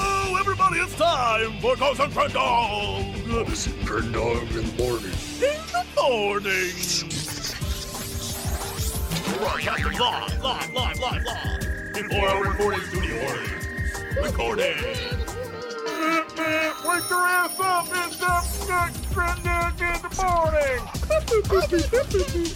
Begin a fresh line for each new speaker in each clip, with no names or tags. Everyone, it's time for Ghost and Friend Dog.
It's Red Dog in the morning.
In the morning. Broadcasting live, live, live, live, live. In four-hour recording studio. Recording. Wake your ass up! It's the next Friend Dog in the morning.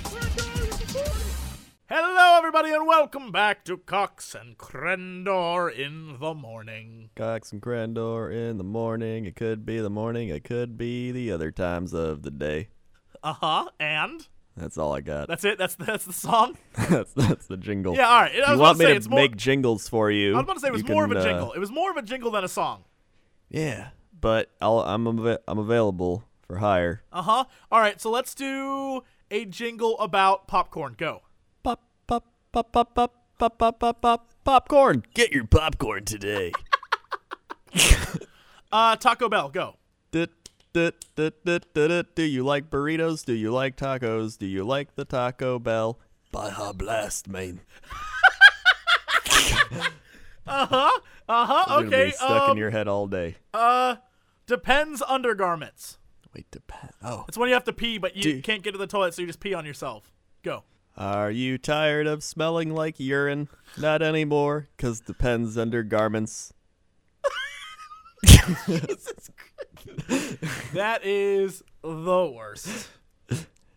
Hello, everybody, and welcome back to Cox and Crendor in the morning.
Cox and Crandor in the morning. It could be the morning. It could be the other times of the day.
Uh huh. And
That's all I got.
that's it. That's that's the song.
that's that's the jingle.
Yeah, all right. I was
you
about
want
to
me
say,
to
it's more-
make jingles for you?
I was about to say it was
you
more of
can,
a
uh,
jingle. it was more of a jingle than a song.
yeah, but I'll, I'm av- I'm available for hire.
Uh huh. All right. So let's do a jingle about popcorn. Go.
Pop pop pop pop pop pop pop pop pop popcorn. Get your popcorn today.
Uh, Taco Bell. Go.
Do you like burritos? Do you like tacos? Do you like the Taco Bell? Baja Blast, man.
Uh huh.
It's gonna
Okay.
be stuck
um,
in your head all day.
depends undergarments.
Wait, depend. Oh,
It's when you have to pee, but you
Dude.
can't get to the toilet, so you just pee on yourself. Go.
are you tired of smelling like urine? Not anymore, cause depends undergarments.
That is the worst.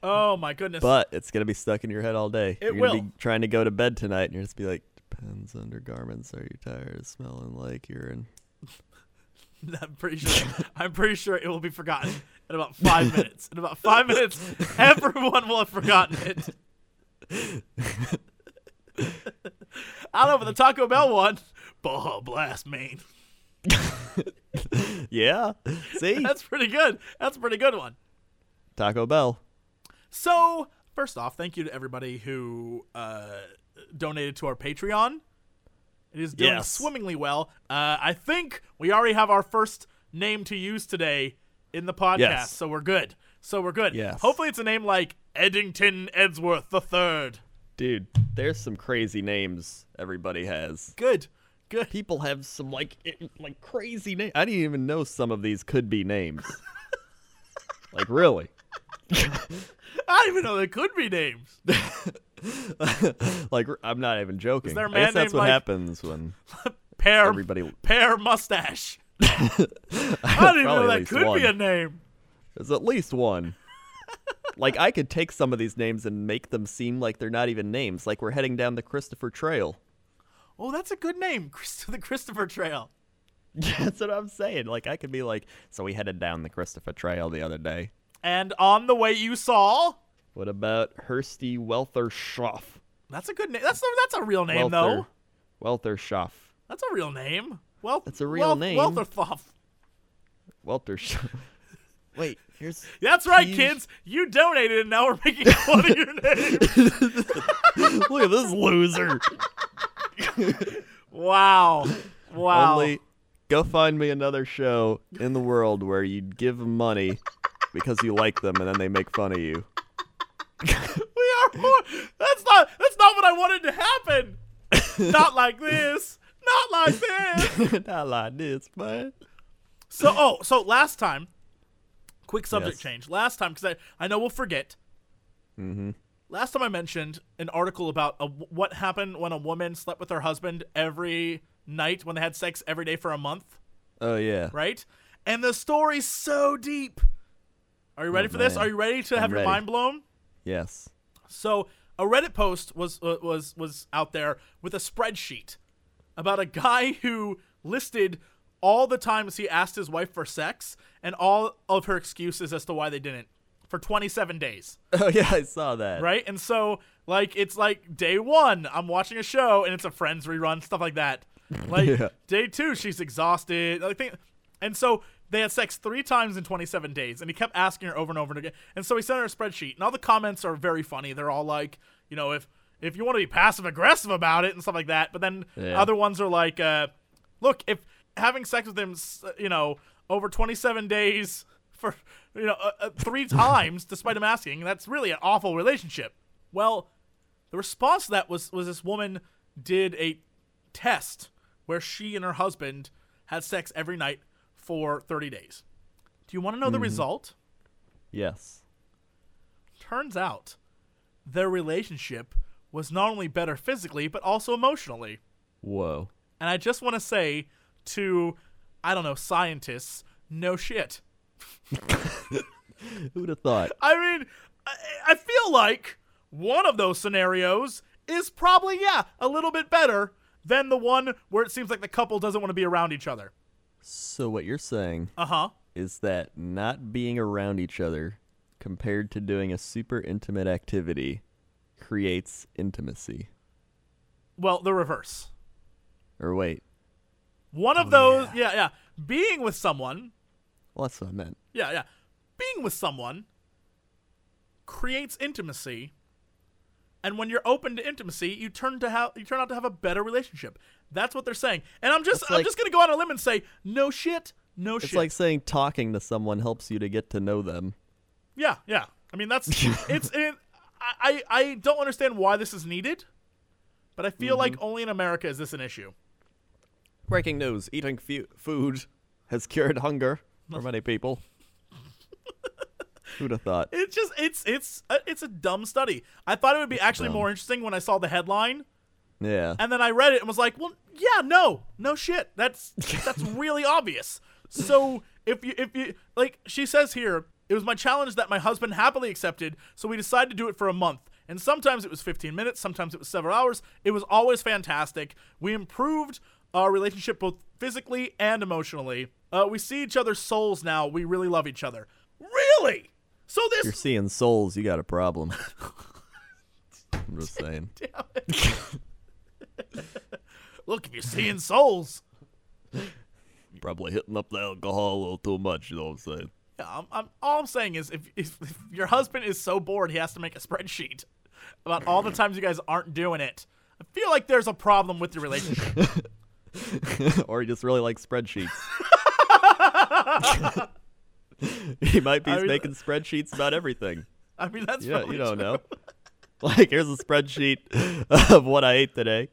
Oh my goodness.
But it's gonna be stuck in your head all day.
It
you're gonna
will.
be trying to go to bed tonight, and you're just be like, depends undergarments. Are you tired of smelling like urine?
I'm pretty sure. I'm pretty sure it will be forgotten in about five minutes. In about five minutes, everyone will have forgotten it. I don't know, but the Taco Bell one, Baja Blast, man.
Yeah. See,
That's pretty good. That's a pretty good one.
Taco Bell.
So, first off, thank you to everybody who uh, donated to our Patreon. It is doing
Yes.
swimmingly well. Uh, I think we already have our first name to use today in the podcast,
Yes.
so we're good. So we're good.
Yes.
Hopefully, it's a name like Eddington Edsworth the Third.
Dude, there's some crazy names everybody has.
Good, good.
People have some like it- like crazy names. I didn't even know some of these could be names. like really?
I didn't even know there could be names.
like I'm not even joking.
there a
I
man
guess
named,
that's what
like-
happens when
Pear,
everybody.
pear mustache. I didn't even know
Probably at
that
least
could
one.
be a name.
There's at least one. like I could take some of these names and make them seem like they're not even names. Like we're heading down the Christopher Trail.
Oh, that's a good name, Christ- the Christopher Trail.
that's what I'm saying. Like I could be like, so we headed down the Christopher Trail the other day.
And on the way, you saw.
What about Hersty Welther Schroff?
That's a good name. That's a, that's a real name, though.
Welther. Welther Schaff.
That's a real name. Well,
That's a real name.
Weltherthoff.
Welter Schaff. Wait, here's.
That's right,
Jeez.
kids. You donated, and now we're making fun of your name.
Look at this loser.
Wow. Wow.
Only go find me another show in the world where you give money because you like them and then they make fun of you.
We are more. That's not. That's not what I wanted to happen. not like this. Not like this.
Not like this, man.
So oh, so last time, quick subject
Yes.
change. Last time, because I I know we'll forget. Mm-hmm. Last time I mentioned an article about a, what happened when a woman slept with her husband every night when they had sex every day for a month,
Oh, yeah.
right? And the story's so deep. Are you ready for this?
Oh, man.
Are you ready to have your
ready.
mind blown?
Yes.
So a Reddit post was uh, was was out there with a spreadsheet about a guy who listed all the times he asked his wife for sex and all of her excuses as to why they didn't for 27 days,
Oh, yeah, I saw that.
right? And so like it's like day 1, I'm watching a show and it's a friends rerun stuff like that. Like
Yeah.
day 2, she's exhausted. Like think and so they had sex three times in 27 days, and he kept asking her over and over and again. And so he sent her a spreadsheet, and all the comments are very funny. They're all like, you know, if if you want to be passive aggressive about it and stuff like that. But then
Yeah.
other ones are like, uh, look, if having sex with him, s- you know, over 27 days for you know uh, uh, three times, despite him asking, that's really an awful relationship. Well, the response to that was was this woman did a test where she and her husband had sex every night for 30 days. Do you want to know the result?
Yes.
Turns out their relationship was not only better physically, but also emotionally.
Whoa.
And I just want to say to, I don't know, scientists, no shit.
Who'd have thought?
I mean, I, I feel like one of those scenarios is probably, yeah, a little bit better than the one where it seems like the couple doesn't want to be around each other.
So what you're saying
Uh huh.
is that not being around each other compared to doing a super intimate activity creates intimacy.
Well, the reverse.
Or wait.
One
Oh,
of those, yeah. yeah, Being with someone,
Well that's what I meant.
yeah, yeah. Being with someone creates intimacy, and when you're open to intimacy, you turn to have you turn out to have a better relationship. That's what they're saying. And I'm just
It's
I'm
like-
just gonna go on a limb and say no shit, no
It's
shit.
like saying talking to someone helps you to get to know them.
Yeah, yeah. I mean, that's it's. It, I I I don't understand why this is needed, but I feel like
Mm-hmm.
only in America is this an issue.
Breaking news: Eating fu- food has cured hunger for many people. Who'd have thought?
It's just it's it's a, it's a dumb study. I thought it would be actually more interesting when I saw the headline,
Yeah.
and then I read it and was like, well, yeah, no, no shit. That's that's really obvious. So if you if you like, she says here, it was my challenge that my husband happily accepted. So we decided to do it for a month. And sometimes it was 15 minutes, sometimes it was several hours. It was always fantastic. We improved our relationship both physically and emotionally. Uh, we see each other's souls now. We really love each other. Really? So this
You're seeing souls. You got a problem. I'm just saying.
Look, if you're seeing souls,
Probably hitting up the alcohol a little too much. You know what I'm saying?
yeah, I'm, I'm, all I'm saying is if, if, if your husband is so bored, he has to make a spreadsheet about all the times you guys aren't doing it. I feel like there's a problem with your relationship.
or he just really likes spreadsheets. he might be
I mean-
making spreadsheets about everything.
I mean, that's
Yeah,
probably
you don't
true.
Oh, know. Like, here's a spreadsheet of what I ate today.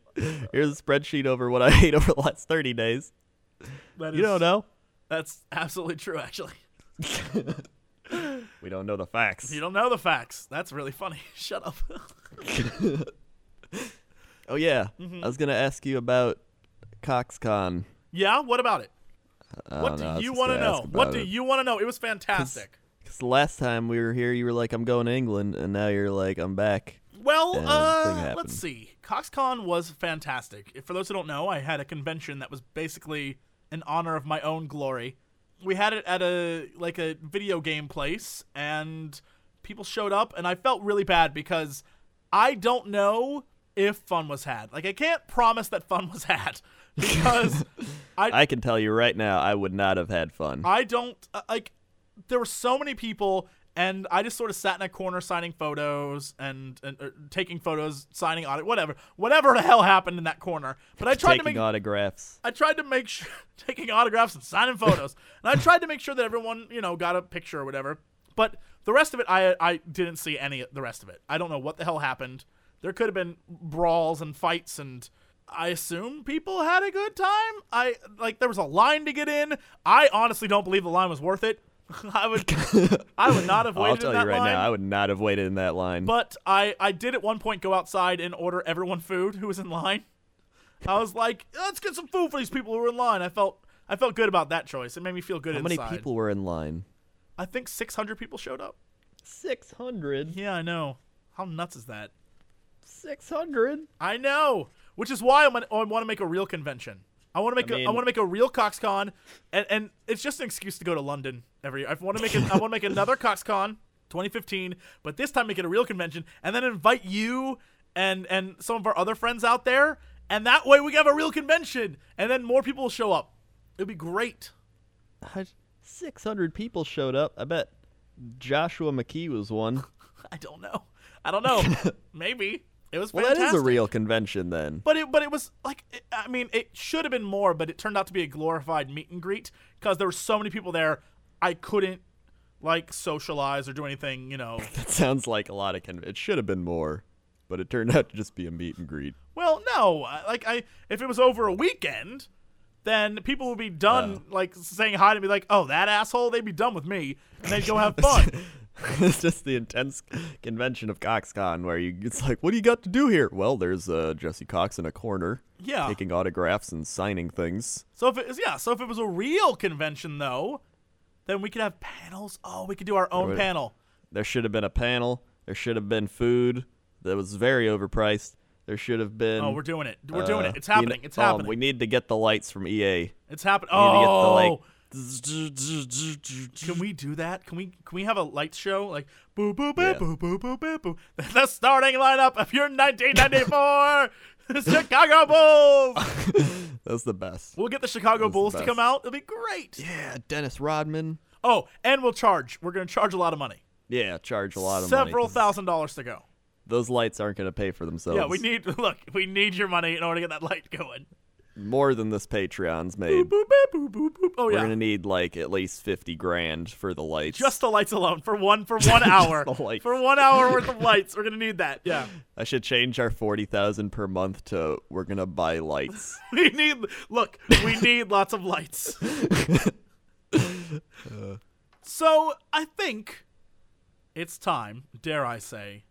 Here's a spreadsheet over what I ate over the last 30 days.
That
You don't
is-
know.
That's absolutely true, actually.
We don't know the facts.
You don't know the facts. That's really funny. Shut up.
Oh, yeah.
Mm-hmm.
I was going to ask you about CoxCon.
yeah, what about it?
I
What
don't know, I
do
was
you
just
want to
gonna ask
know? What
about
do
it.
you want to know? It was fantastic.
'Cause the last time we were here, you were like, I'm going to England, and now you're like, I'm back.
Well,
and thing
uh,
happened.
let's see. CoxCon was fantastic. For those who don't know, I had a convention that was basically in honor of my own glory. We had it at a like a video game place, and people showed up, and I felt really bad because I don't know if fun was had. Like I can't promise that fun was had because I
I can tell you right now, I would not have had fun.
I don't uh, like. There were so many people, and I just sort of sat in a corner signing photos and, and or taking photos, signing audit, whatever, whatever the hell happened in that corner. But I tried to
Taking
make
autographs.
I tried to make sure taking autographs and signing photos, and I tried to make sure that everyone you know got a picture or whatever. But the rest of it, I I didn't see any the rest of it. I don't know what the hell happened. There could have been brawls and fights, and I assume people had a good time. I like there was a line to get in. I honestly don't believe the line was worth it. I would I would not have waited
I'll tell
in that
you right
line.
now, I would not have waited in that line.
But I, I did at one point go outside and order everyone food who was in line. I was like, let's get some food for these people who are in line. I felt I felt good about that choice. It made me feel good
How many
inside.
people were in line?
I think 600 people showed up.
600.
Yeah, I know. How nuts is that?
600.
I know. Which is why I'm gonna, I want to make a real convention. I want to make a I
mean-
want to make a real CoxCon, and and it's just an excuse to go to London every year. I want to make a, I want to make another CoxCon 2015, but this time make it a real convention, and then invite you and and some of our other friends out there, and that way we can have a real convention, and then more people will show up. It'd be great.
600 people showed up. I bet Joshua McKee was one.
I don't know. I don't know. Maybe it was
Well,
fantastic.
that is a real convention then.
But it, but it was like, it, I mean, it should have been more, but it turned out to be a glorified meet and greet because there were so many people there. I couldn't like socialize or do anything, you know.
That sounds like a lot of con- It should have been more, but it turned out to just be a meet and greet.
well, no, I- like I, if it was over a weekend, then people would be done
Oh.
like saying hi to me, like, "Oh, that asshole." They'd be done with me, and they'd go have fun.
it's just the intense convention of CoxCon where you it's like, what do you got to do here? Well, there's uh, Jesse Cox in a corner,
Yeah.
taking autographs and signing things.
So if it is yeah, so if it was a real convention though, then we could have panels. Oh, we could do our own
Right.
panel.
There should have been a panel. There should have been food that was very overpriced. There should have been.
Oh, we're doing it. We're doing
uh,
it. It's
the-
happening. It's
um,
happening.
we need to get the lights from EA.
it's happening.
We need to get the, like,
Oh, can we do that? Can we can we have a light show like boo boo boo
Yeah.
boo boo boo boo boo? The starting lineup of your 1994 Chicago Bulls.
That's the best.
We'll get the Chicago
the
Bulls to come
best.
out. It'll be great.
Yeah, Dennis Rodman.
Oh, and we'll charge. We're gonna charge a lot of money.
Yeah, charge a lot of money.
Several
'cause
thousand dollars to go.
Those lights aren't going to pay for themselves.
Yeah, we need look. We need your money in order to get that light going.
more than this Patreon's made.
Boop, boop, boop, boop, boop. Oh
We're
yeah,
gonna need like at least fifty grand for the lights.
just the lights alone for one for one hour
the lights.
for one hour worth of lights. We're gonna need that. Yeah,
I should change our forty thousand per month to we're gonna buy lights.
we need. Look, we need lots of lights. so I think it's time. Dare I say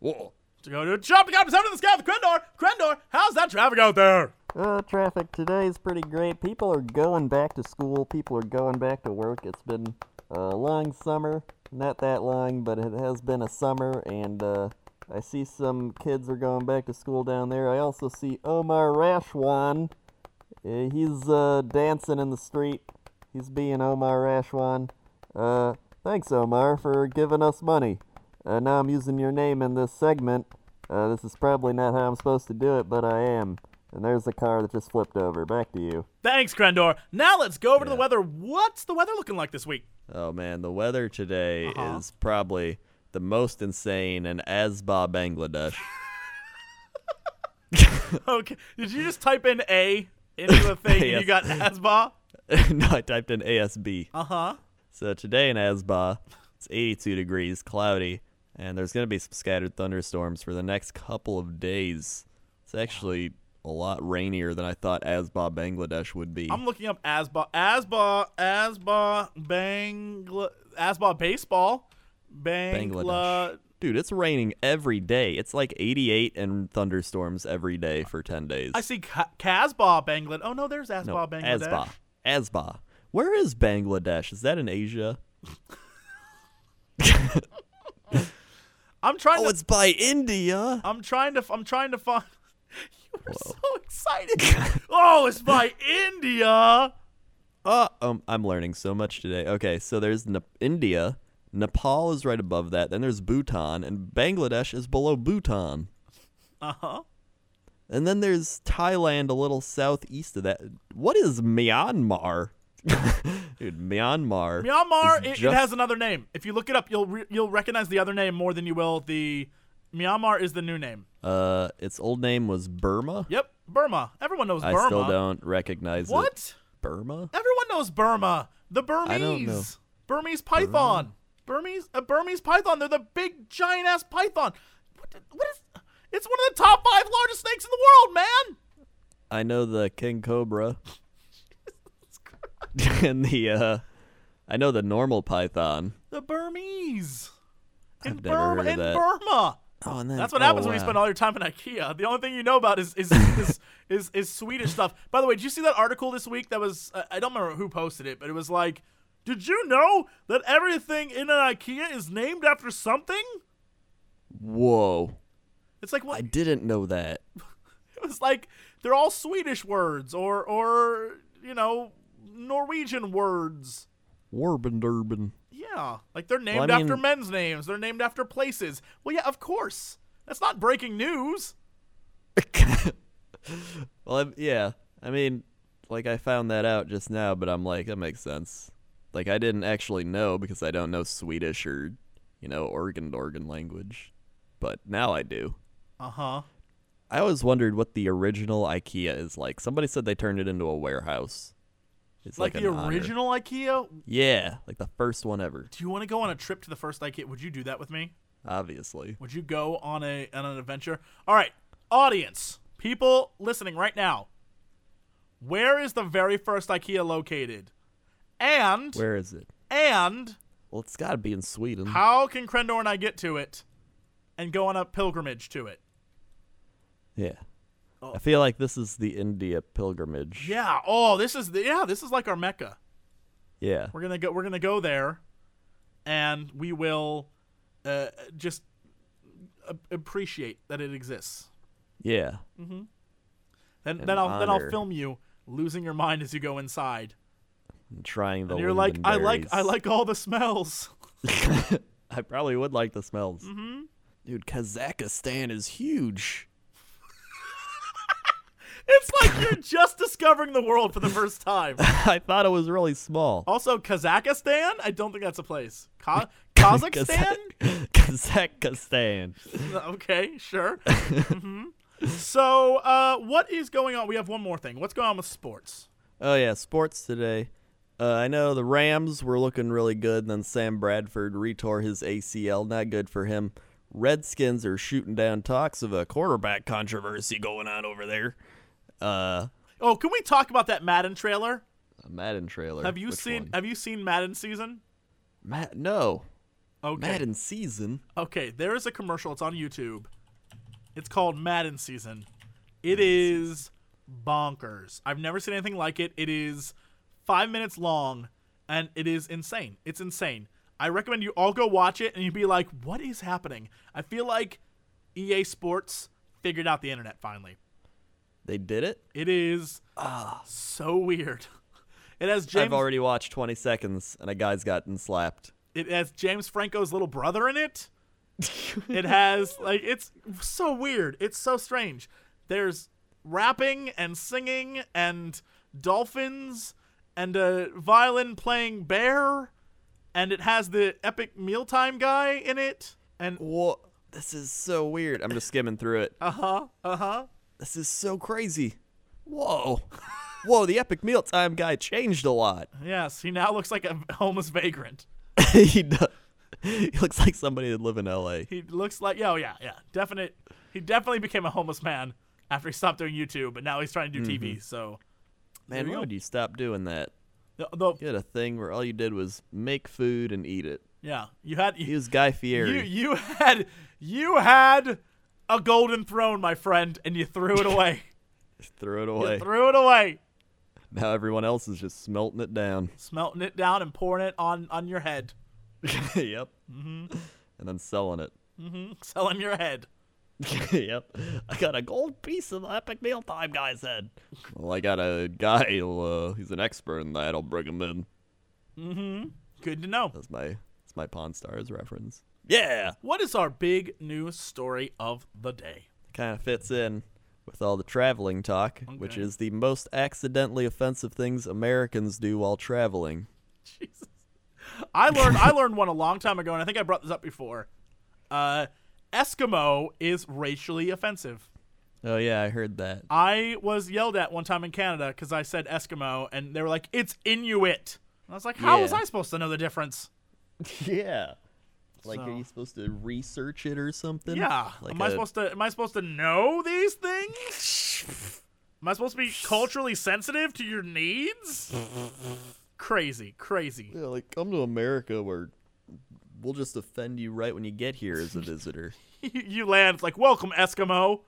Whoa.
to go to a chop to seven to the sky with Krendor. Krendor, how's that traffic out there?
Uh, traffic today is pretty great. People are going back to school. People are going back to work. It's been a long summer. Not that long, but it has been a summer. And uh, I see some kids are going back to school down there. I also see Omar Rashwan. Uh, he's uh, dancing in the street. He's being Omar Rashwan. Uh, thanks, Omar, for giving us money. Uh, now I'm using your name in this segment. Uh, this is probably not how I'm supposed to do it, but I am. And there's the car that just flipped over. Back to you.
Thanks, Krendor. Now let's go over to the weather. What's the weather looking like this week?
Oh man, the weather today
Uh-huh.
is probably the most insane in Asba, Bangladesh.
Okay. Did you just type in A into the thing and
Yes.
you got Asba?
no, I typed in ASB.
Uh huh.
So today in Asba, it's 82 degrees, cloudy, and there's gonna be some scattered thunderstorms for the next couple of days. It's actually a lot rainier than I thought Asba, Bangladesh would be.
I'm looking up Asba. Asba. Asba. Bangla. Asba baseball. Bangla.
Bangladesh. Dude, it's raining every day. It's like 88 and thunderstorms every day for 10 days.
I see Ca- Casbah, Bangladesh. Oh no, there's Asba,
no,
Bangladesh.
Asba. Asba. Where is Bangladesh? Is that in Asia?
I'm trying
Oh,
to.
it's by India.
I'm trying to. I'm trying to find. you were so excited. oh, it's by India.
Uh, um, I'm learning so much today. Okay, so there's Nep India. Nepal is right above that. Then there's Bhutan, and Bangladesh is below Bhutan.
Uh huh.
And then there's Thailand a little southeast of that. What is Myanmar? Dude, Myanmar.
Myanmar, it,
is
it
just-
has another name. If you look it up, you'll re- you'll recognize the other name more than you will the. Myanmar is the new name.
Uh, its old name was Burma.
Yep, Burma. Everyone knows
I
Burma.
still don't recognize it.
What?
Burma?
Everyone knows Burma. The Burmese.
I don't know.
Burmese python. Burmese a Burmese python. They're the big giant ass python. What, the- what is? It's one of the top five largest snakes in the world, man.
I know the king cobra. and the uh I know the normal python.
The Burmese. In
I've never
Burma.
heard of
in
that.
Burma.
Oh, and then
That's what happens when you spend all your time in IKEA. The only thing you know about is is is, is, is Swedish stuff. By the way, did you see that article this week? That was I- I don't remember who posted it, but it was like, did you know that everything in an IKEA is named after something?
Whoa.
It's like what
I didn't know that.
it was like they're all Swedish words or or you know Norwegian words.
Warben Durbin.
Yeah, like they're named
I mean-
after men's names. They're named after places. Well, yeah, of course. That's not breaking news.
well, I, yeah. I mean, like I found that out just now, but I'm like that makes sense. Like I didn't actually know because I don't know Swedish or, you know, Oregon Oregon language. But now I do.
Uh
Uh-huh.
huh.
I always wondered what the original IKEA is like. Somebody said they turned it into a warehouse. It's
Like,
like,
the
an honor.
original IKEA.
Yeah, like the first one ever.
Do you want to go on a trip to the first IKEA? Would you do that with me?
Obviously.
Would you go on a on an adventure? All right, audience, people listening right now. Where is the very first IKEA located? And
Where is it?
and
Well, it's got to be in Sweden.
how can Krendor and I get to it and go on a pilgrimage to it?
Yeah. I feel like this is the India
Oh.
pilgrimage.
Yeah. Oh, this is the yeah. This is like our mecca.
Yeah.
We're gonna go. We're gonna go there, and we will uh, just a- appreciate that it exists.
Yeah.
Then
And
then I'll then I'll
honor.
film you losing your mind as you go inside.
And trying the
And you're like, I like I
lingonberries.
like all the smells.
I probably would like the smells. Mm-hmm. Dude, Kazakhstan is huge.
It's like you're just discovering the world for the first time.
I thought it was really small.
Also, Kazakhstan. I don't think that's a place. Ka- Kazakhstan.
Kazakh- Kazakhstan.
okay, sure. hmm So, uh, what is going on? We have one more thing. What's going on with sports?
Oh yeah, sports today. Uh, I know the Rams were looking really good, and then Sam Bradford retore his ACL. Not good for him. Redskins are shooting down talks of a quarterback controversy going on over there. Uh,
Oh, can we talk about that Madden trailer?
a Madden trailer.
Have you
Which
seen
one?
Have you seen Madden season?
Matt? No,
Okay.
Madden season.
Okay, there is a commercial. It's on YouTube. It's called Madden season. It is bonkers. I've never seen anything like it. It is five minutes long, and it is insane. It's insane. I recommend you all go watch it, and you'd be like, "What is happening?" I feel like EA Sports figured out the internet finally.
They did it.
It is so weird. It has James.
I've already watched 20 seconds, and a guy's gotten slapped.
It has James Franco's little brother in it. it has like it's so weird. It's so strange. There's rapping and singing and dolphins and a violin playing bear and it has the epic mealtime guy in it and
Whoa, this is so weird. I'm just skimming through it.
uh-huh uh-huh
This is so crazy. Whoa. Whoa, the epic mealtime guy changed a lot.
yes he now looks like a homeless vagrant
he, do- he looks like somebody that live in LA.
he looks like oh yeah yeah definite he definitely became a homeless man after he stopped doing youtube but now he's trying to do tv so
Man,
you
why
go.
would you stop doing that?
the, the,
You had a thing where all you did was make food and eat it.
yeah you had
He was Guy Fieri.
You you had you had a golden throne, my friend, and you threw it away.
Throw it
you
away.
threw it away,
now everyone else is just smelting it down.
smelting it down and pouring it on on your head,
yep. Mm-hmm. And then selling it.
selling your head.
yep. I got a gold piece of the epic mealtime guy's head. Well, I got a guy. He'll, uh, he's an expert in that. I'll bring him in.
Good to know.
That's my that's my Pawn Stars reference. Yeah,
What is our big news story of the day?
kind of fits in with all the traveling talk, which
Okay.
is the most accidentally offensive things Americans do while traveling.
Jesus. I learned I learned one a long time ago, and I think I brought this up before. Uh, Eskimo is racially offensive.
Oh yeah, I heard that.
I was yelled at one time in Canada because I said Eskimo, and they were like, "It's Inuit." And I was like, "How was
Yeah.
I supposed to know the difference?"
yeah. Like,
So-
are you supposed to research it or something?
Yeah.
Like
am I
a-
supposed to am I supposed to know these things? Am I supposed to be culturally sensitive to your needs? crazy, crazy.
Yeah, like come to America where we'll just offend you right when you get here as a visitor.
you you land it's like, "Welcome Eskimo."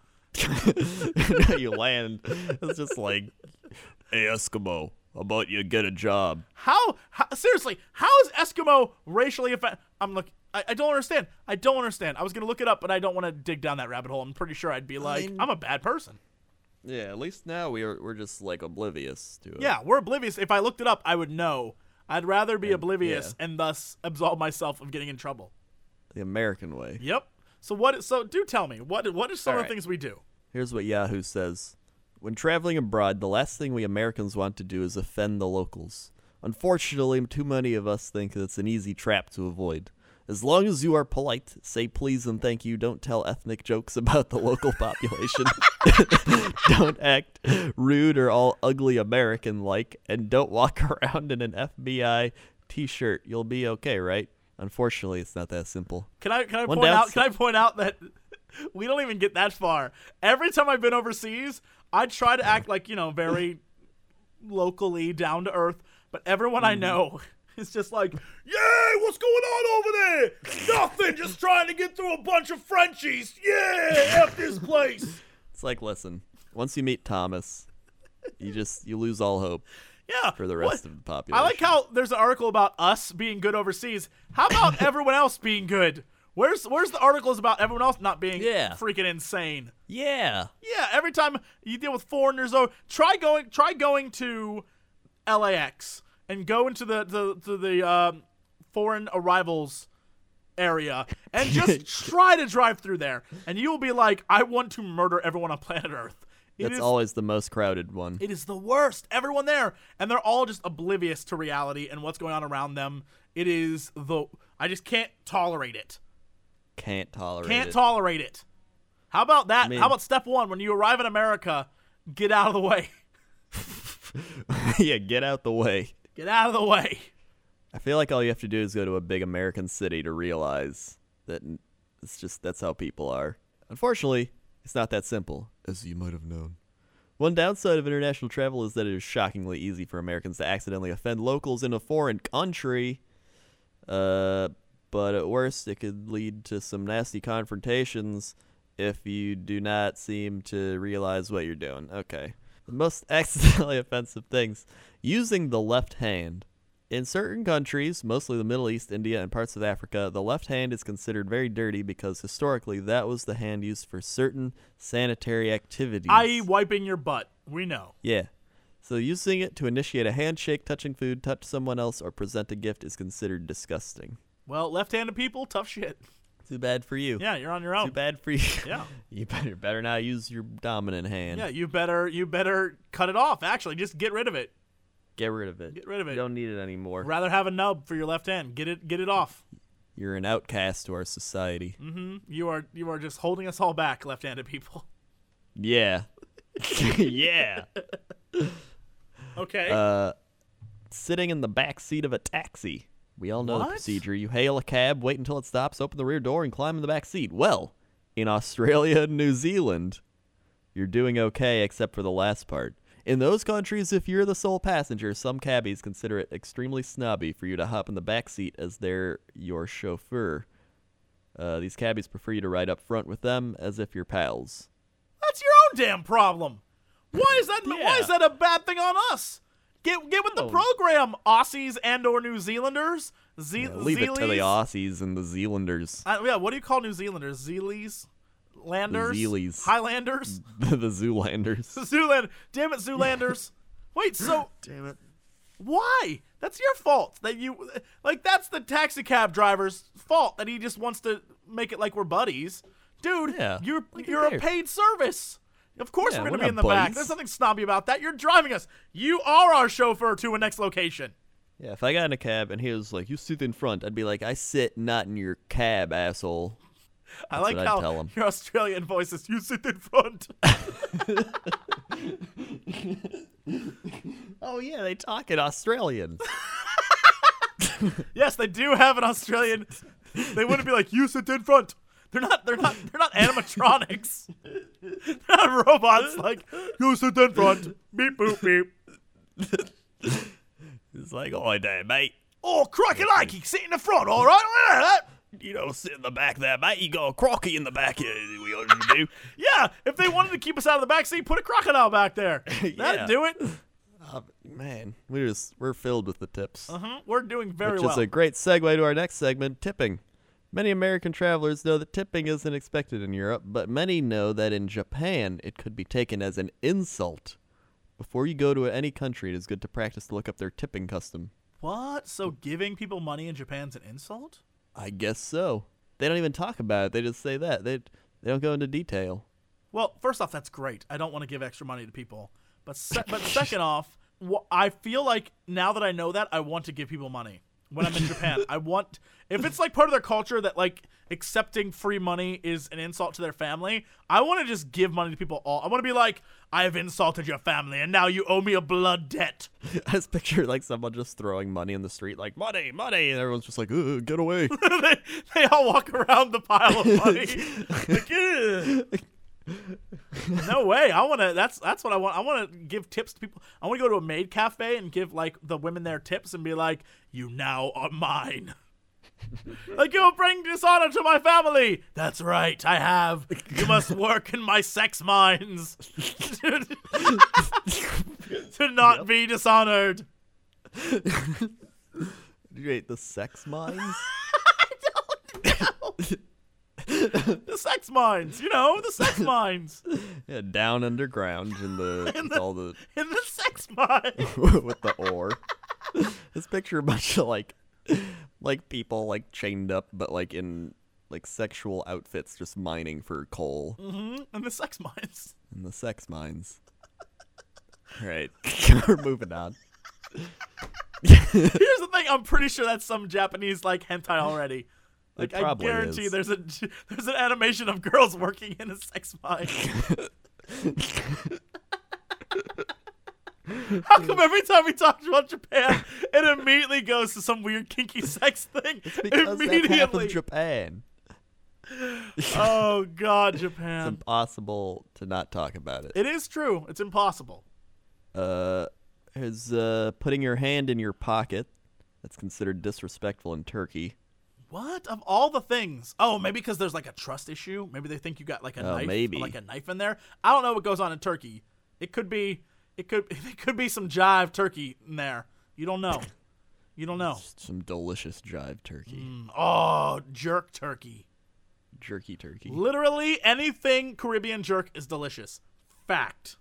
you land. It's just like, hey Eskimo, how about you get a job?
How, how seriously, how is Eskimo racially offend I'm like I, I don't understand. I don't understand. I was going to look it up, but I don't want to dig down that rabbit hole. I'm pretty sure I'd be like,
mean-
I'm a bad person.
Yeah, at least now we are we're just like oblivious to it.
Yeah, we're oblivious. If I looked it up, I would know. I'd rather be oblivious and thus absolve myself of getting in trouble.
The American way.
Yep. So what? So do tell me what? What are some of
Alright.
the things we do?
Here's what Yahoo says. When traveling abroad, the last thing we Americans want to do is offend the locals. Unfortunately, too many of us think it's an easy trap to avoid. As long as you are polite, say please and thank you, don't tell ethnic jokes about the local population. don't act rude or all ugly American like, and don't walk around in an FBI t shirt. You'll be okay, right? Unfortunately, it's not that simple.
Can I can I
One
point out?
downside-
Can I point out that we don't even get that far. Every time I've been overseas, I try to act like you know very locally, down to earth, but everyone
Mm-hmm.
I know is just like, "Yay, what's going on over there? Nothing, just trying to get through a bunch of Frenchies. Yeah, f this place."
It's like, listen, once you meet Thomas, you just you lose all hope
Yeah,
for the
what-
rest of the population.
I like how there's an article about us being good overseas. How about everyone else being good? Where's where's the articles about everyone else not being
Yeah.
freaking insane?
yeah,
Yeah, every time you deal with foreigners, though, try going try going to LAX and go into the the to the um, foreign arrivals area and just try to drive through there, and you will be like, I want to murder everyone on planet Earth. It
that's
is-
always the most crowded one.
it is the worst. Everyone there, and they're all just oblivious to reality and what's going on around them. It is the I just can't tolerate it.
Can't tolerate
Can't
it.
tolerate it. How about that?
mean-
How about step one? When you arrive in America, get out of the way.
yeah, get out the way.
Get out of the way.
I feel like all you have to do is go to a big American city to realize that n- it's just that's how people are. Unfortunately, it's not that simple, as you might have known. One downside of international travel is that it is shockingly easy for Americans to accidentally offend locals in a foreign country. Uh, but at worst, it could lead to some nasty confrontations if you do not seem to realize what you're doing. Okay. The most accidentally offensive things using the left hand. In certain countries, mostly the Middle East, India, and parts of Africa, the left hand is considered very dirty because historically that was the hand used for certain sanitary activities.
I.e., E wiping your butt. We know.
Yeah. So using it to initiate a handshake, touching food, touch someone else, or present a gift is considered disgusting.
Well, left-handed people, tough shit.
Too bad for you.
Yeah, you're on your
Too
own.
bad for you.
Yeah.
you better better not use your dominant hand.
Yeah, you better you better cut it off. Actually, just get rid of it.
Get rid of it.
Get rid of it.
You don't need it anymore.
Rather have a nub for your left hand. Get it get it off.
You're an outcast to our society.
Mm-hmm. You are you are just holding us all back, left-handed people.
Yeah. yeah. Uh,
Okay.
Sitting in the back seat of a taxi. We all know
What?
the procedure. You hail a cab, wait until it stops, open the rear door, and climb in the back seat. Well, in Australia and New Zealand, you're doing okay except for the last part. In those countries, if you're the sole passenger, some cabbies consider it extremely snobby for you to hop in the back seat as they're your chauffeur. Uh, these cabbies prefer you to ride up front with them as if you're pals.
That's your own damn problem. Why is that? Why is
Yeah. Oh.
that a bad thing on us? Get get with the
No.
program, Aussies and or New Zealanders. Ze-
Leave it to the
Zealies?
Aussies and the Zealanders,
Uh, yeah, what do you call New Zealanders? Zealies, Landers,
Zealies.
Highlanders,
the Zoolanders.
Zooland. Damn it, Zoolanders. Wait, so damn it. Why? That's your fault that you like. That's the taxi cab driver's fault that he just wants to make it like we're buddies, dude.
Yeah,
you're
like
you're a
there.
paid service. Of course
Yeah,
we're
we're
gonna be
not
in the back.
buddies.
There's nothing snobby about that. You're driving us. You are our chauffeur to a next location.
Yeah, if I got in a cab and he was like, "You sit in front," I'd be like, "I sit not in your cab, asshole."
I like
what I'd
how
tell 'em.
your Australian voice is you sit in front.
Oh yeah, they talk in Australian.
Yes, they do have an Australian. They wouldn't be like you sit in front. They're not. They're not. They're not animatronics. they're not robots. Like you sit in front. Beep boop beep.
It's like, "Oh, day, mate.
Oh, crocodile, sit in the front. All right.
You don't sit in the back there, mate. You got a crocky in the back here. We ought to do."
Yeah. If they wanted to keep us out of the back seat, put a crocodile back there. That'd
Yeah.
do it.
Uh, man, we're just we're filled with the tips.
Mhm, We're doing very
Which
well.
is a great segue to our next segment, tipping. Many American travelers know that tipping isn't expected in Europe, but many know that in Japan it could be taken as an insult. Before you go to any country, it is good to practice to look up their tipping custom.
what? So giving people money in Japan's an insult?
I guess so. They don't even talk about it. They just say that. They they don't go into detail.
Well, first off, that's great. I don't want to give extra money to people. But se- but second off, wh- I feel like now that I know that, I want to give people money when I'm in Japan. I want if it's like part of their culture that like accepting free money is an insult to their family. I want to just give money to people all. I want to be like, I have insulted your family, and now you owe me a blood debt.
I just picture like someone just throwing money in the street, like money, money, and everyone's just like, "Ugh, get away.
they, they all walk around the pile of money. like, "Ugh." no way. I want to. That's that's what I want. I want to give tips to people. I want to go to a maid cafe and give like the women their tips and be like, "You now are mine." like you'll bring dishonor to my family. That's right. I have. You must work in my sex mines to not be dishonored.
Wait, the sex mines?
The sex mines. You know the sex mines.
yeah, down underground in the, with all the
In the sex mines.
with the ore. Let's picture a bunch of like like people like chained up, but like in like sexual outfits, just mining for coal
In Mm-hmm. the sex mines.
in the sex mines. All right, we're moving on.
Here's the thing: I'm pretty sure that's some Japanese like hentai already. Like I
probably
guarantee
is.
there's a there's an animation of girls working in a sex mine. How come every time we talk about Japan, it immediately goes to some weird kinky sex thing?
Because that's half of
Immediately.
Japan.
oh God,
It's
Japan!
impossible to not talk about it.
It is true. It's impossible.
Uh, is uh putting your hand in your pocket. That's considered disrespectful in Turkey.
What of all the things? Oh, maybe because there's like a trust issue. Maybe they think you got like a
Oh,
knife,
maybe.
like a knife in there. I don't know what goes on in Turkey. It could be, it could, it could be some jive turkey in there. You don't know. You don't know.
Just some delicious jive turkey,
Oh, jerk turkey.
jerky turkey.
Literally anything Caribbean jerk is delicious. Fact.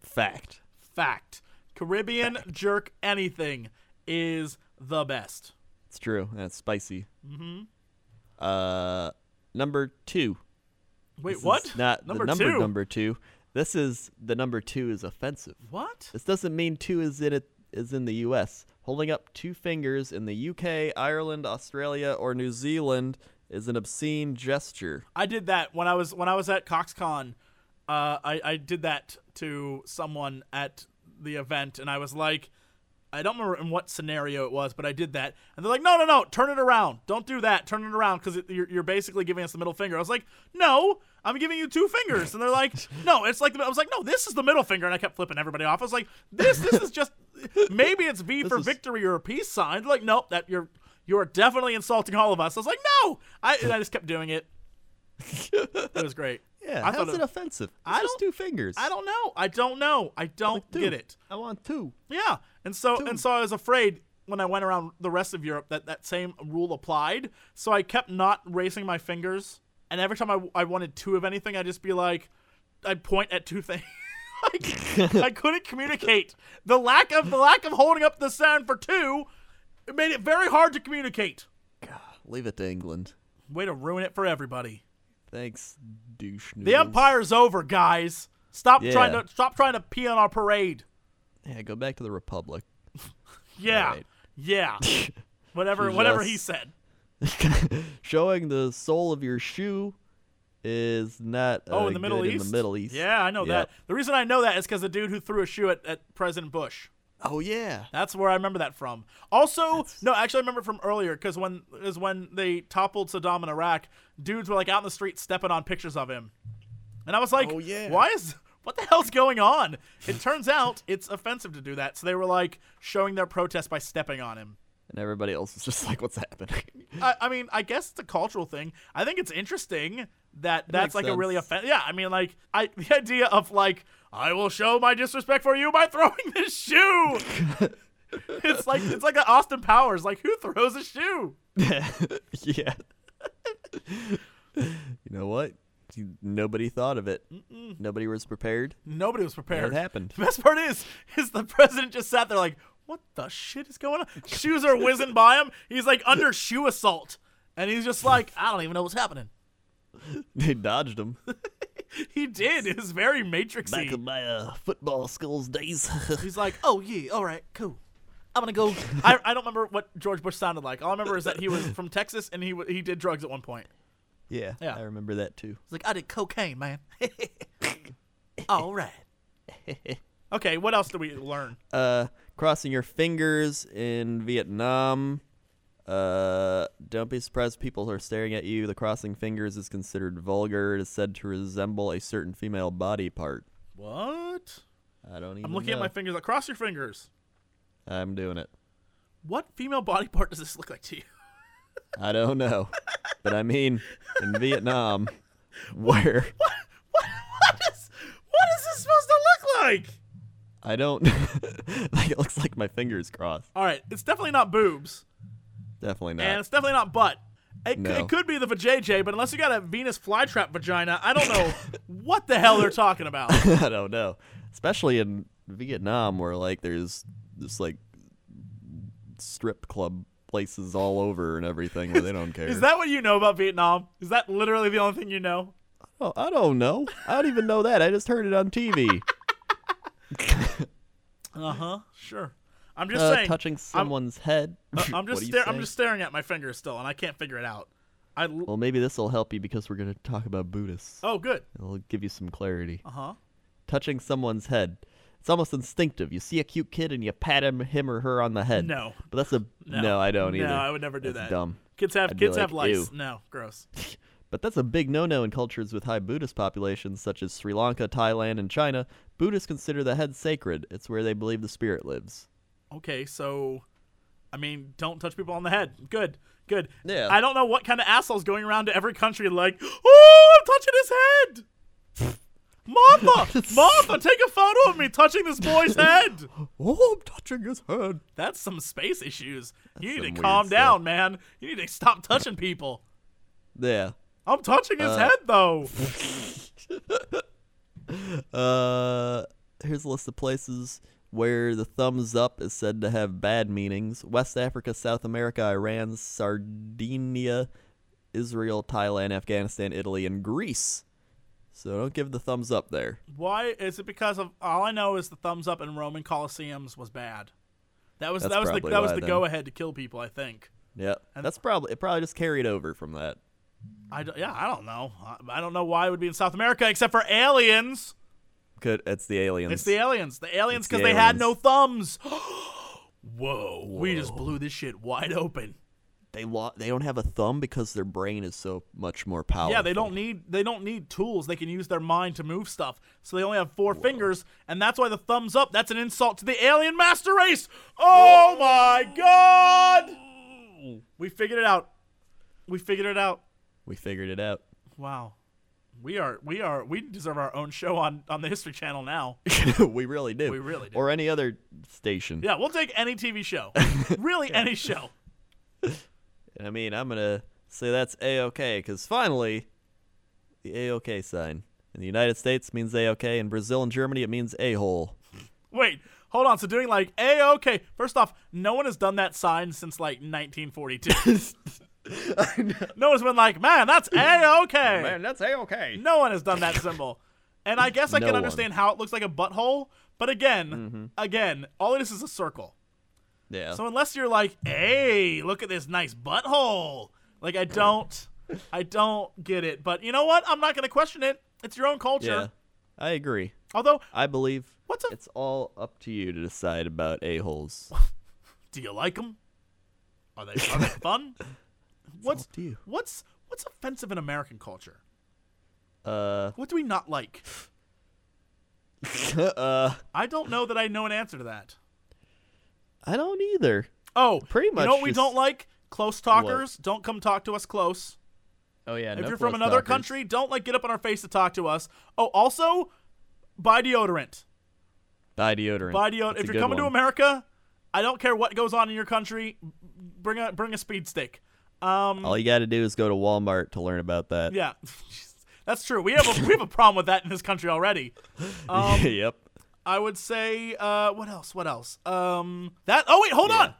Fact.
Fact. Caribbean jerk anything is the best.
It's true, and it's spicy. Mm-hmm. Uh, number two.
Wait,
This
what?
is not
number
the number
two.
number two. This is the number two is offensive.
What?
This doesn't mean two is in it is in the U.S. Holding up two fingers in the UK, Ireland, Australia, or New Zealand is an obscene gesture.
I did that when I was when I was at CoxCon. Uh, I I did that to someone at the event, and I was like, I don't remember in what scenario it was, but I did that, and they're like, No, no, no, turn it around. Don't do that. Turn it around because you're you're basically giving us the middle finger. I was like, No, I'm giving you two fingers, and they're like, No, it's like the, I was like, No, this is the middle finger, and I kept flipping everybody off. I was like, This this is just maybe it's V for
is-
victory or a peace sign. They're like, nope, that you're. You are definitely insulting all of us. I was like, no! I, and I just kept doing it. It was great.
Yeah,
I
how's
thought
it,
it-
offensive? It's
I
just
don't-
two fingers.
I don't know. I don't know. I don't
Two.
get it.
I want two.
Yeah. And so and so I was afraid when I went around the rest of Europe that that same rule applied. So I kept not raising my fingers. And every time I, I wanted two of anything, I'd just be like, I'd point at two things. like, I couldn't communicate. The lack of the lack of holding up the sound for two, it made it very hard to communicate.
Leave it to England.
Way to ruin it for everybody.
Thanks, douche.
The
noodles.
empire's over, guys. Stop trying
Yeah.
to stop trying to pee on our parade.
Yeah, go back to the Republic.
Yeah.
Right.
Yeah. Whatever whatever he
Jesus.
said.
Showing the sole of your shoe is not.
Oh,
uh,
in the Middle
good
East.
In the Middle East.
Yeah, I know
Yep.
that. The reason I know that is because the dude who threw a shoe at, at President Bush.
Oh yeah.
That's where I remember that from. Also, no, actually, I remember it from earlier because when is when they toppled Saddam in Iraq, dudes were like out in the street stepping on pictures of him, and I was like,
Oh, yeah.
why is what the hell's going on?" It turns out it's offensive to do that, so they were like showing their protest by stepping on him.
And everybody else is just like, "What's happening?"
I, I mean, I guess it's a cultural thing. I think it's interesting that that's
makes
like a really
sense.
offensive. Yeah, I mean, like I the idea of like I will show my disrespect for you by throwing this shoe. it's like it's like a Austin Powers. Like who throws a shoe?
yeah. you know what? Nobody thought of it. Nobody was prepared.
Nobody was prepared.
It happened.
The best part is, is the president just sat there like, what the shit is going on? Shoes are whizzing by him. He's like under shoe assault, and he's just like, I don't even know what's happening.
They dodged them
He did. It was very matrixy.
back in my uh, football schools days.
He's like, oh yeah, all right, cool. I'm gonna go. I, I don't remember what George Bush sounded like. All I remember is that he was from Texas and he w- he did drugs at one point.
yeah,
Yeah.
I remember that too.
He's like, I did cocaine, man. all right. Okay, what else do we learn?
Uh, crossing your fingers in Vietnam. Uh, don't be surprised if people are staring at you. The crossing fingers is considered vulgar. It is said to resemble a certain female body part.
What?
I don't even.
I'm looking at
know.
my fingers. Like, cross your fingers.
I'm doing it.
What female body part does this look like to you?
I don't know, but I mean, in Vietnam, where
What, what, is, what is this supposed to look like?
I don't, like it looks like my fingers crossed.
All right, it's definitely not boobs,
Definitely not.
and it's definitely not butt. It, c-
No.
it could be the vajayjay, but unless you got a Venus flytrap vagina, I don't know what the hell they're talking about.
I don't know. Especially in Vietnam, where like there's this like strip club places all over and everything where they don't care.
Is that what you know about Vietnam? Is that literally the only thing you know?
Oh, I don't know. I don't even know that. I just heard it on TV.
Uh huh. Sure. I'm just
Uh-huh. Uh,
saying. uh,
touching someone's head.
I'm
What
just
do you
sta- I'm
say?
just staring at my finger still, and I can't figure it out. I l-
Well, maybe this will help you because we're gonna talk about Buddhists.
oh good.
It'll give you some clarity.
Uh huh.
Touching someone's head. It's almost instinctive. You see a cute kid and you pat him, him or her on the head.
No.
But that's a
No.
no. I don't either.
No, I would never do
That's
that.
Dumb.
Kids have
I'd be
kids have
like,
lice.
"Ew."
No, gross.
But that's a big no-no in cultures with high Buddhist populations such as Sri Lanka, Thailand, and China. Buddhists consider the head sacred. It's where they believe the spirit lives.
Okay, so, I mean, don't touch people on the head. Good, good.
Yeah.
I don't know what kind of assholes going around to every country like, oh, I'm touching his head. Martha, Martha, take a photo of me touching this boy's head.
Oh, I'm touching his head.
That's some space issues. you
some
need to
weird
calm
stuff.
down, man. You need to stop touching people.
Yeah.
I'm touching his head though.
Uh, here's a list of places where the thumbs up is said to have bad meanings: West Africa, South America, Iran, Sardinia, Israel, Thailand, Afghanistan, Italy, and Greece. So don't give the thumbs up there.
Why is it because of all I know is the thumbs up in Roman Colosseums was bad. That was
That's
that was the
probably
that was
why
the
then.
go ahead to kill people. I think.
Yeah, that's probably it. Probably just carried over from that.
I d- yeah I don't know. I, I don't know why it would be in South America except for aliens.
Could it's the aliens?
It's the aliens. The aliens
It's the
because they had
aliens.
no thumbs. Whoa, we just blew this shit wide open.
they lo- they don't have a thumb because their brain is so much more powerful.
Yeah, they don't need they don't need tools. They can use their mind to move stuff. So they only have four fingers, and that's why the thumbs up. That's an insult to the alien master race. Oh my god! We figured it out. We figured it out.
We figured it out.
Wow. We are we are we deserve our own show on on the History Channel now.
we really do.
We really do.
Or any other station.
Yeah, we'll take any TV show. Really any show.
I mean, I'm gonna say that's a okay because finally, the a okay sign in the United States means a okay. In Brazil and Germany, it means a hole.
Wait, hold on. So doing like a okay. First off, no one has done that sign since like 1942. No one's been like, man, that's a okay.
that's a okay.
No one has done that symbol. And I guess I can
No one. Mm-hmm.
understand how it looks like a butthole, but again, again, all it is is a circle.
Yeah.
So unless you're like, hey, look at this nice butthole, like I don't, I don't get it. But you know what? I'm not gonna question it. It's your own culture.
yeah. I agree.
Although,
I believe
What's a-
it's all up to you to decide about a holes.
do you like them? Are they are they fun? What's
up to you.
what's what's offensive in American culture?
Uh,
What do we not like?
uh,
I don't know that I know an answer to that.
I don't either.
Oh,
Pretty
You
much
know what we
just-
don't like? Close talkers. Don't come talk to us close.
Oh yeah.
if you're from another country, don't like get up on our face to talk to us. Oh, also, buy deodorant.
buy deodorant.
Buy deodorant.
That's a
If you're
good
coming to
one.
America, I don't care what goes on in your country. b- Bring a bring a speed stick. Um,
all you got to do is go to Walmart to learn about that.
yeah, that's true. We have a, we have a problem with that in this country already. um,
yep.
I would say, uh, what else? What else? Um, that. Oh wait, hold on.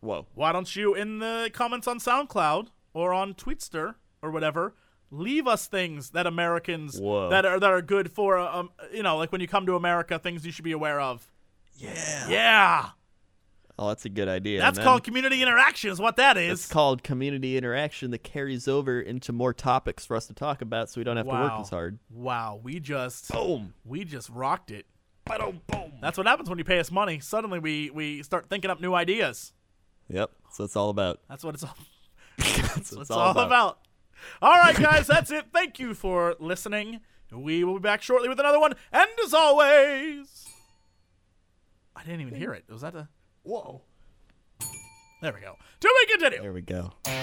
Whoa.
why don't you in the comments on SoundCloud or on Tweetster or whatever leave us things that Americans
Whoa.
that are that are good for um you know like when you come to America things you should be aware of. Yeah. Yeah.
Oh, that's a good idea.
That's
man.
called community interaction is what that
It's
is.
called community interaction that carries over into more topics for us to talk about, so we don't have to work as hard.
Wow, we just
Boom.
we just rocked it. Boom boom. That's what happens when you pay us money. Suddenly we we start thinking up new ideas.
Yep. So it's all about.
That's what it's all.
That's what
That's all, about. All right, guys, that's it. Thank you for listening. We will be back shortly with another one. And as always, I didn't even hear it. Was that a whoa? There we go. To be continued.
There we go.